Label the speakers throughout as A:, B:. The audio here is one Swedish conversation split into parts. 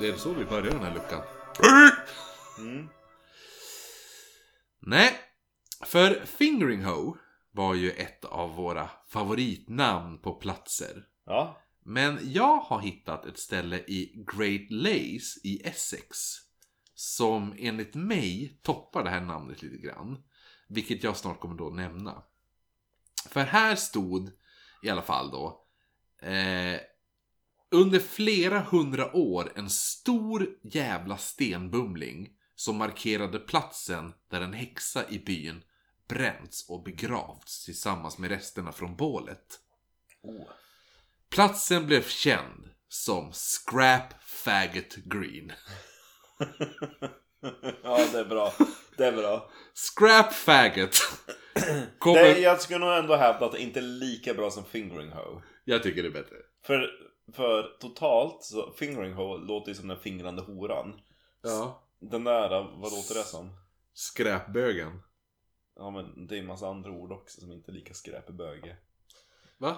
A: Det är så vi börjar den här luckan.
B: Mm.
A: Nej, för Fingering Ho var ju ett av våra favoritnamn på platser.
B: Ja.
A: Men jag har hittat ett ställe i Great Lace i Essex. Som enligt mig toppar det här namnet lite grann. Vilket jag snart kommer då nämna. För här stod, i alla fall då, eh, under flera hundra år en stor jävla stenbumling som markerade platsen där en häxa i byn bränts och begravts tillsammans med resterna från bålet.
B: Oh.
A: Platsen blev känd som Scrap Faggot Green.
B: ja, det är bra. Det är bra.
A: Scrap Faggot kommer...
B: Det, jag skulle nog ändå hävda att det inte är lika bra som Fingering Ho.
A: Jag tycker det är bättre.
B: För, för totalt så, Fingering Ho låter ju som den fingrande horan.
A: Ja.
B: Den där, vad låter det som?
A: Skräpbögen.
B: Ja men det är en massa andra ord också som inte är lika skräpböge.
A: Va?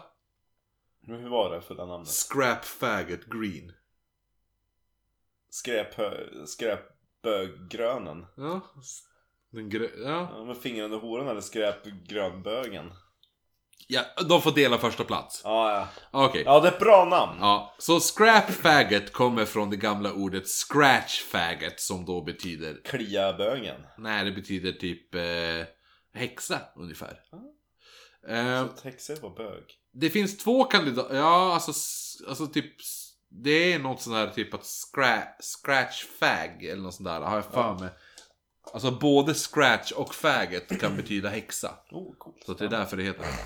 B: Men hur var det för det namnet?
A: Scrap Faggot Green.
B: Skräp, skräpböggrönen?
A: Ja. Den grö... ja.
B: Ja men fingrande horan eller skräpgrönbögen?
A: ja. De får dela första plats.
B: Ja, ja.
A: Okej.
B: ja det är ett bra namn!
A: Ja, så scrap faggot kommer från det gamla ordet scratch faggot som då betyder,
B: Kliabögen.
A: nej det betyder typ eh, häxa ungefär.
B: Så
A: Eh,
B: att häxor var bög.
A: det finns två kandidater, ja alltså, s- alltså typ, s- det är något sånt här typ att scra- scratch fag eller något sånt där har jag för
B: Ja.
A: mig. Alltså både scratch och faggot kan betyda häxa.
B: Oh, coolt.
A: Så att det är därför det heter det.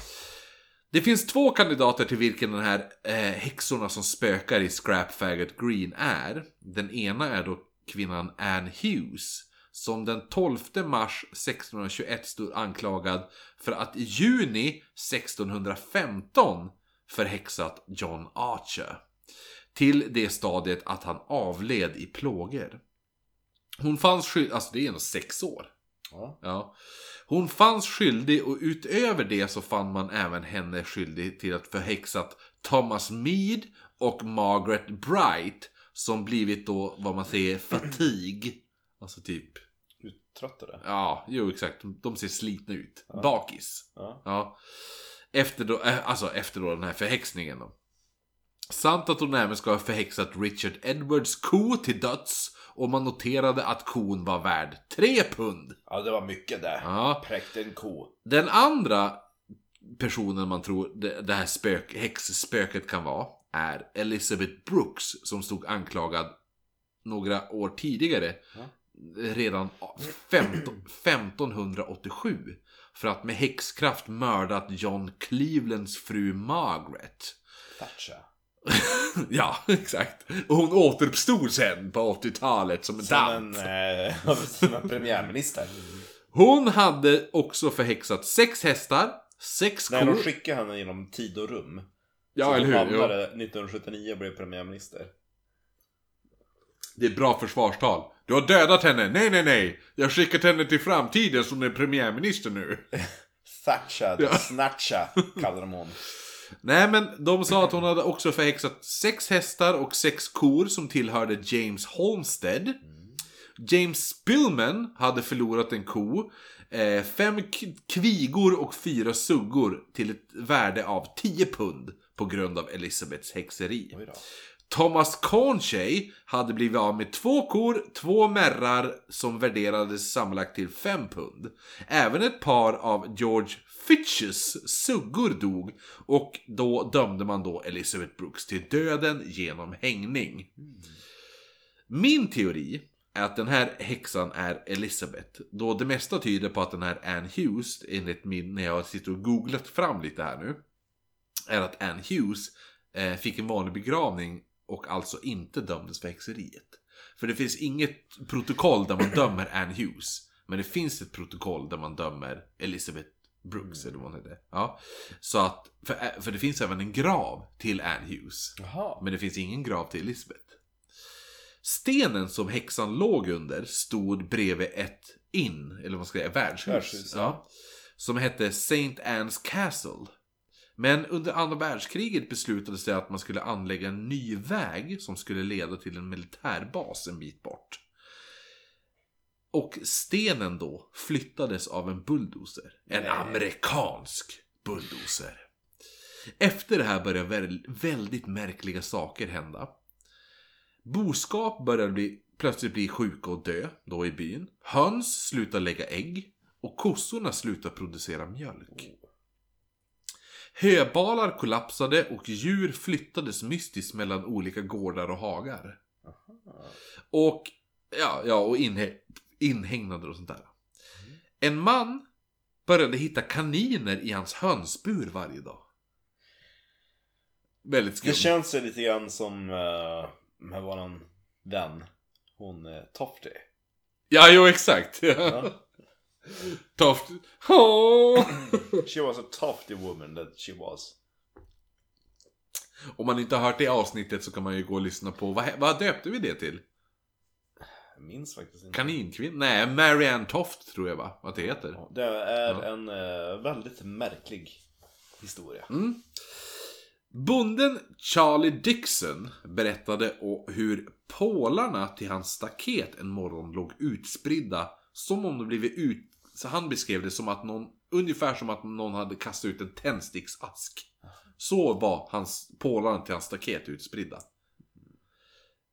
A: Det finns två kandidater till vilken den här eh, häxorna som spökar i Scrap Faggot Green är. Den ena är då kvinnan Anne Hughes. Som den 12 mars 1621 stod anklagad för att i juni 1615 förhäxat John Archer. Till det stadiet att han avled i plågor. Hon fanns skyldig, alltså det är ändå sex år.
B: Ja.
A: Ja. Hon fanns skyldig och utöver det så fann man även henne skyldig till att förhäxat Thomas Mead och Margaret Bright som blivit då vad man säger fatig. Alltså typ,
B: Uttröttade.
A: ja, jo exakt, de ser slitna ut. Bakis.
B: Ja.
A: Ja. Efter då, eh, alltså efter då den här förhäxningen då. Samt att hon även ska ha förhäxat Richard Edwards ko till döds och man noterade att kon var värd 3 pund.
B: ja, det var mycket där.
A: Ja.
B: Präkte en ko.
A: Den andra personen man tror det, det här spök, häxspöket kan vara är Elizabeth Brooks som stod anklagad några år tidigare.
B: Ja.
A: Redan 15, 1587. För att med häxkraft mördat John Clevelands fru Margaret.
B: Thatcher.
A: ja, exakt. Och hon återuppstod sen på 80-talet som en
B: Som
A: dans.
B: en, eh, som en premiärminister.
A: Hon hade också förhäxat sex hästar, sex
B: Nej, de
A: kor.
B: skickade henne genom tid och rum.
A: Ja,
B: Så
A: eller
B: hon
A: hur? Jo.
B: hamnade 1979 och blev premiärminister.
A: Det är bra försvarstal. Du har dödat henne. Nej, nej, nej. Jag skickat henne till framtiden som är premiärminister nu.
B: Thatcha,
A: Ja.
B: Snatcha kallade de hon.
A: nej, men de sa att hon hade också förhäxat sex hästar och sex kor som tillhörde James Holmsted. James Spillman hade förlorat en ko, eh, fem k- kvigor och fyra suggor till ett värde av 10 pund på grund av Elisabeths häxeri.
B: Oj då.
A: Thomas Cornshay hade blivit av med två kor, två märrar som värderades sammanlagt till 5 pund. Även ett par av George Fitches suggor dog och då dömde man då Elizabeth Brooks till döden genom hängning. Min teori är att den här häxan är Elizabeth. Då det mesta tyder på att den här Anne Hughes, enligt min, när jag sitter och googlat fram lite här nu, är att Anne Hughes eh, fick en vanlig begravning och alltså inte dömdes för häxeriet. För det finns inget protokoll där man dömer Anne Hughes. Men det finns ett protokoll där man dömer Elizabeth Brooks, eller vad hon heter. Ja. Så att, för, för det finns även en grav till Anne Hughes.
B: Jaha.
A: Men det finns ingen grav till Elisabeth. Stenen som häxan låg under stod bredvid ett inn, eller vad ska jag säga, värdshus.
B: Värdshus, ja.
A: ja, som hette St. Anne's Castle. Men under andra världskriget beslutades det att man skulle anlägga en ny väg som skulle leda till en militärbas en bit bort. Och stenen då flyttades av en bulldozer. En
B: Nej.
A: amerikansk bulldozer. Efter det här börjar väl- väldigt märkliga saker hända. Boskap börjar bli, plötsligt bli sjuka och dö då i byn. Höns slutar lägga ägg. Och kossorna slutar producera mjölk. Höbalar kollapsade och djur flyttades mystiskt mellan olika gårdar och hagar.
B: Aha.
A: Och, ja, ja, och inhä- inhägnader och sånt där.
B: Mm.
A: En man började hitta kaniner i hans hönsbur varje dag. Väldigt
B: Det
A: skumt.
B: känns ju lite grann som eh, med våran vän. Hon uh, Tofty.
A: Ja, jo exakt.
B: Ja.
A: Toft. Åh.
B: She was a Tofty woman that she was.
A: Om man inte har hört det avsnittet så kan man ju gå och lyssna på, vad, vad döpte vi det
B: Mm.
A: till?
B: Jag minns faktiskt inte.
A: Kaninkvinna? Nej, Marianne Toft tror jag va, att det heter.
B: Ja, Det är
A: Ja.
B: en eh, väldigt märklig historia.
A: Mm. Bonden Charlie Dixon berättade o- hur pålarna till hans staket en morgon låg utspridda som om de blivit ut... Så han beskrev det som att någon, ungefär som att någon hade kastat ut en tändsticksask. Så var hans, pålarna till hans staket utspridda.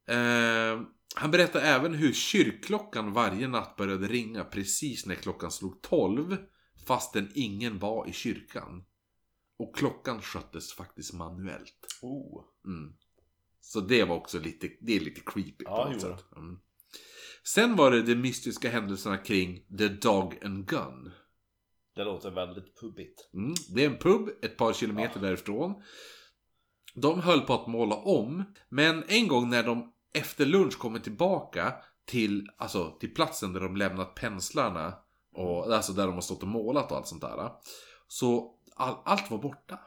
A: Eh, han berättar även hur kyrkklockan varje natt började ringa precis när klockan slog 12 fastän ingen var i kyrkan. Och klockan sköttes faktiskt manuellt.
B: Oh.
A: Mm. Så det var också lite, det är lite creepy på
B: Ja,
A: något
B: jo då.
A: sätt. Mm. Sen var det de mystiska händelserna kring The Dog and Gun.
B: Det låter väldigt pubbigt.
A: Mm. Det är en pub ett par kilometer
B: Ja.
A: därifrån. De höll på att måla om, men en gång när de efter lunch kommer tillbaka till, alltså, till platsen där de lämnat penslarna, och, alltså där de har stått och målat och allt sånt där. Så all, allt var borta.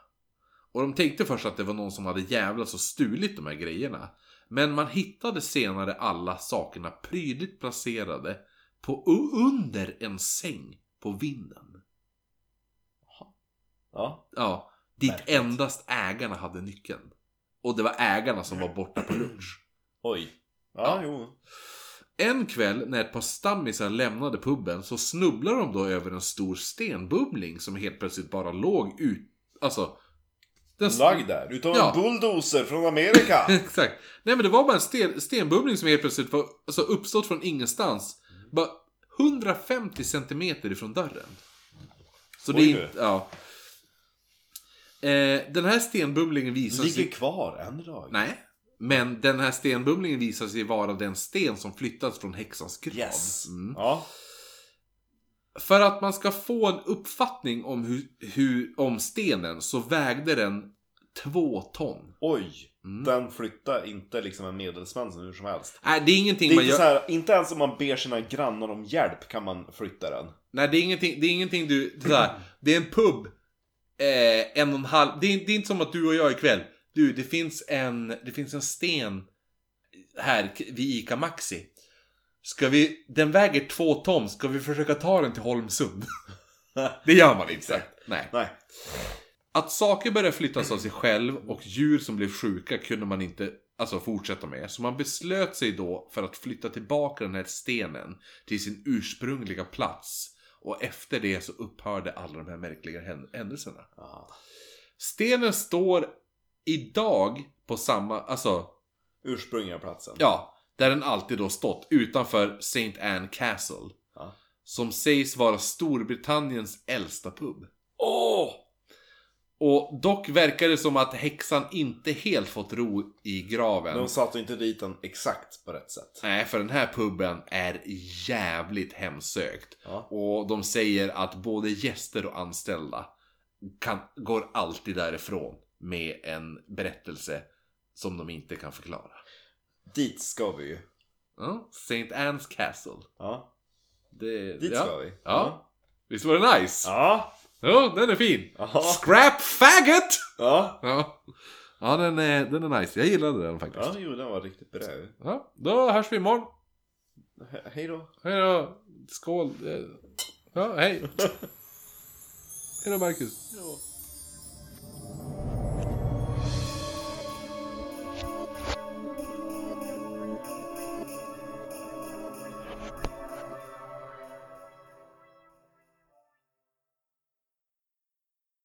A: Och de tänkte först att det var någon som hade jävlats och stulit de här grejerna. Men man hittade senare alla sakerna prydligt placerade på, under en säng på vinden.
B: Ja.
A: Ja, dit
B: Märkligt.
A: endast ägarna hade nyckeln. Och det var ägarna som
B: Mm.
A: var borta på lunch.
B: Oj. Ja,
A: Ja.
B: jo.
A: En kväll när ett par stammisar lämnade puben så snubblar de då över en stor stenbumling som helt plötsligt bara låg ut... Alltså... Den
B: Lagd där. Utav
A: Ja.
B: en bulldozer från Amerika.
A: Exakt. Nej men det var bara en sten, stenbumling som helt plötsligt var alltså, uppstått från ingenstans.
B: Mm.
A: Bara 150 centimeter ifrån dörren. Så det är
B: Oj du.
A: inte... Ja. Eh, den här stenbumlingen visar sig...
B: Ligger kvar än idag.
A: Nej. Men den här stenbumlingen visar sig vara den sten som flyttats från häxans grav.
B: Yes.
A: Mm.
B: Ja.
A: För att man ska få en uppfattning om, hur, hur, om stenen så vägde den två ton.
B: Oj.
A: Mm.
B: Den flyttar inte liksom en medelsvensson hur som helst.
A: Nej, det är ingenting
B: Det är
A: man
B: inte,
A: gör.
B: så här, inte ens om man ber sina grannar om hjälp kan man flytta den.
A: Nej, det är ingenting, det är ingenting du... Det är, så här, det är en pub. Eh, en och en halv... Det är, det är inte som att du och jag ikväll. Du, det finns en, det finns en sten här k- vid ICA Maxi. Ska vi... Den väger två ton. Ska vi försöka ta den till Holmsund? det gör man inte.
B: Exakt.
A: Nej.
B: Nej.
A: Att saker började flyttas av sig själv och djur som blev sjuka kunde man inte alltså, fortsätta med. Så man beslöt sig då för att flytta tillbaka den här stenen till sin ursprungliga plats. Och efter det så upphörde alla de här märkliga hän- händelserna.
B: Ja.
A: Stenen står idag på samma, alltså
B: Ursprungliga platsen.
A: ja, där den alltid då stått utanför St. Anne Castle.
B: Ja.
A: Som sägs vara Storbritanniens äldsta pub. Åh! Och dock verkar det som att häxan inte helt fått ro i graven.
B: De satte inte dit den exakt på rätt sätt.
A: Nej, för den här puben är jävligt hemsökt.
B: Ja.
A: Och de säger att både gäster och anställda kan, går alltid därifrån med en berättelse som de inte kan förklara.
B: Dit ska vi ju.
A: Ja, St. Anne's Castle.
B: Ja.
A: Det,
B: Dit
A: ja.
B: ska vi.
A: Ja. Visst var det nice?
B: Ja.
A: Ja, den är fin.
B: Ja.
A: Scrap faggot!
B: Ja.
A: Ja, ja den, är, den är nice. Jag gillade den faktiskt.
B: Ja,
A: Ja.
B: jo, den var riktigt bra ju.
A: då hörs vi imorgon.
B: He- Hej då.
A: Hej då. Skål. Eh, Ja, hej. Hej då, Marcus.
B: Ja.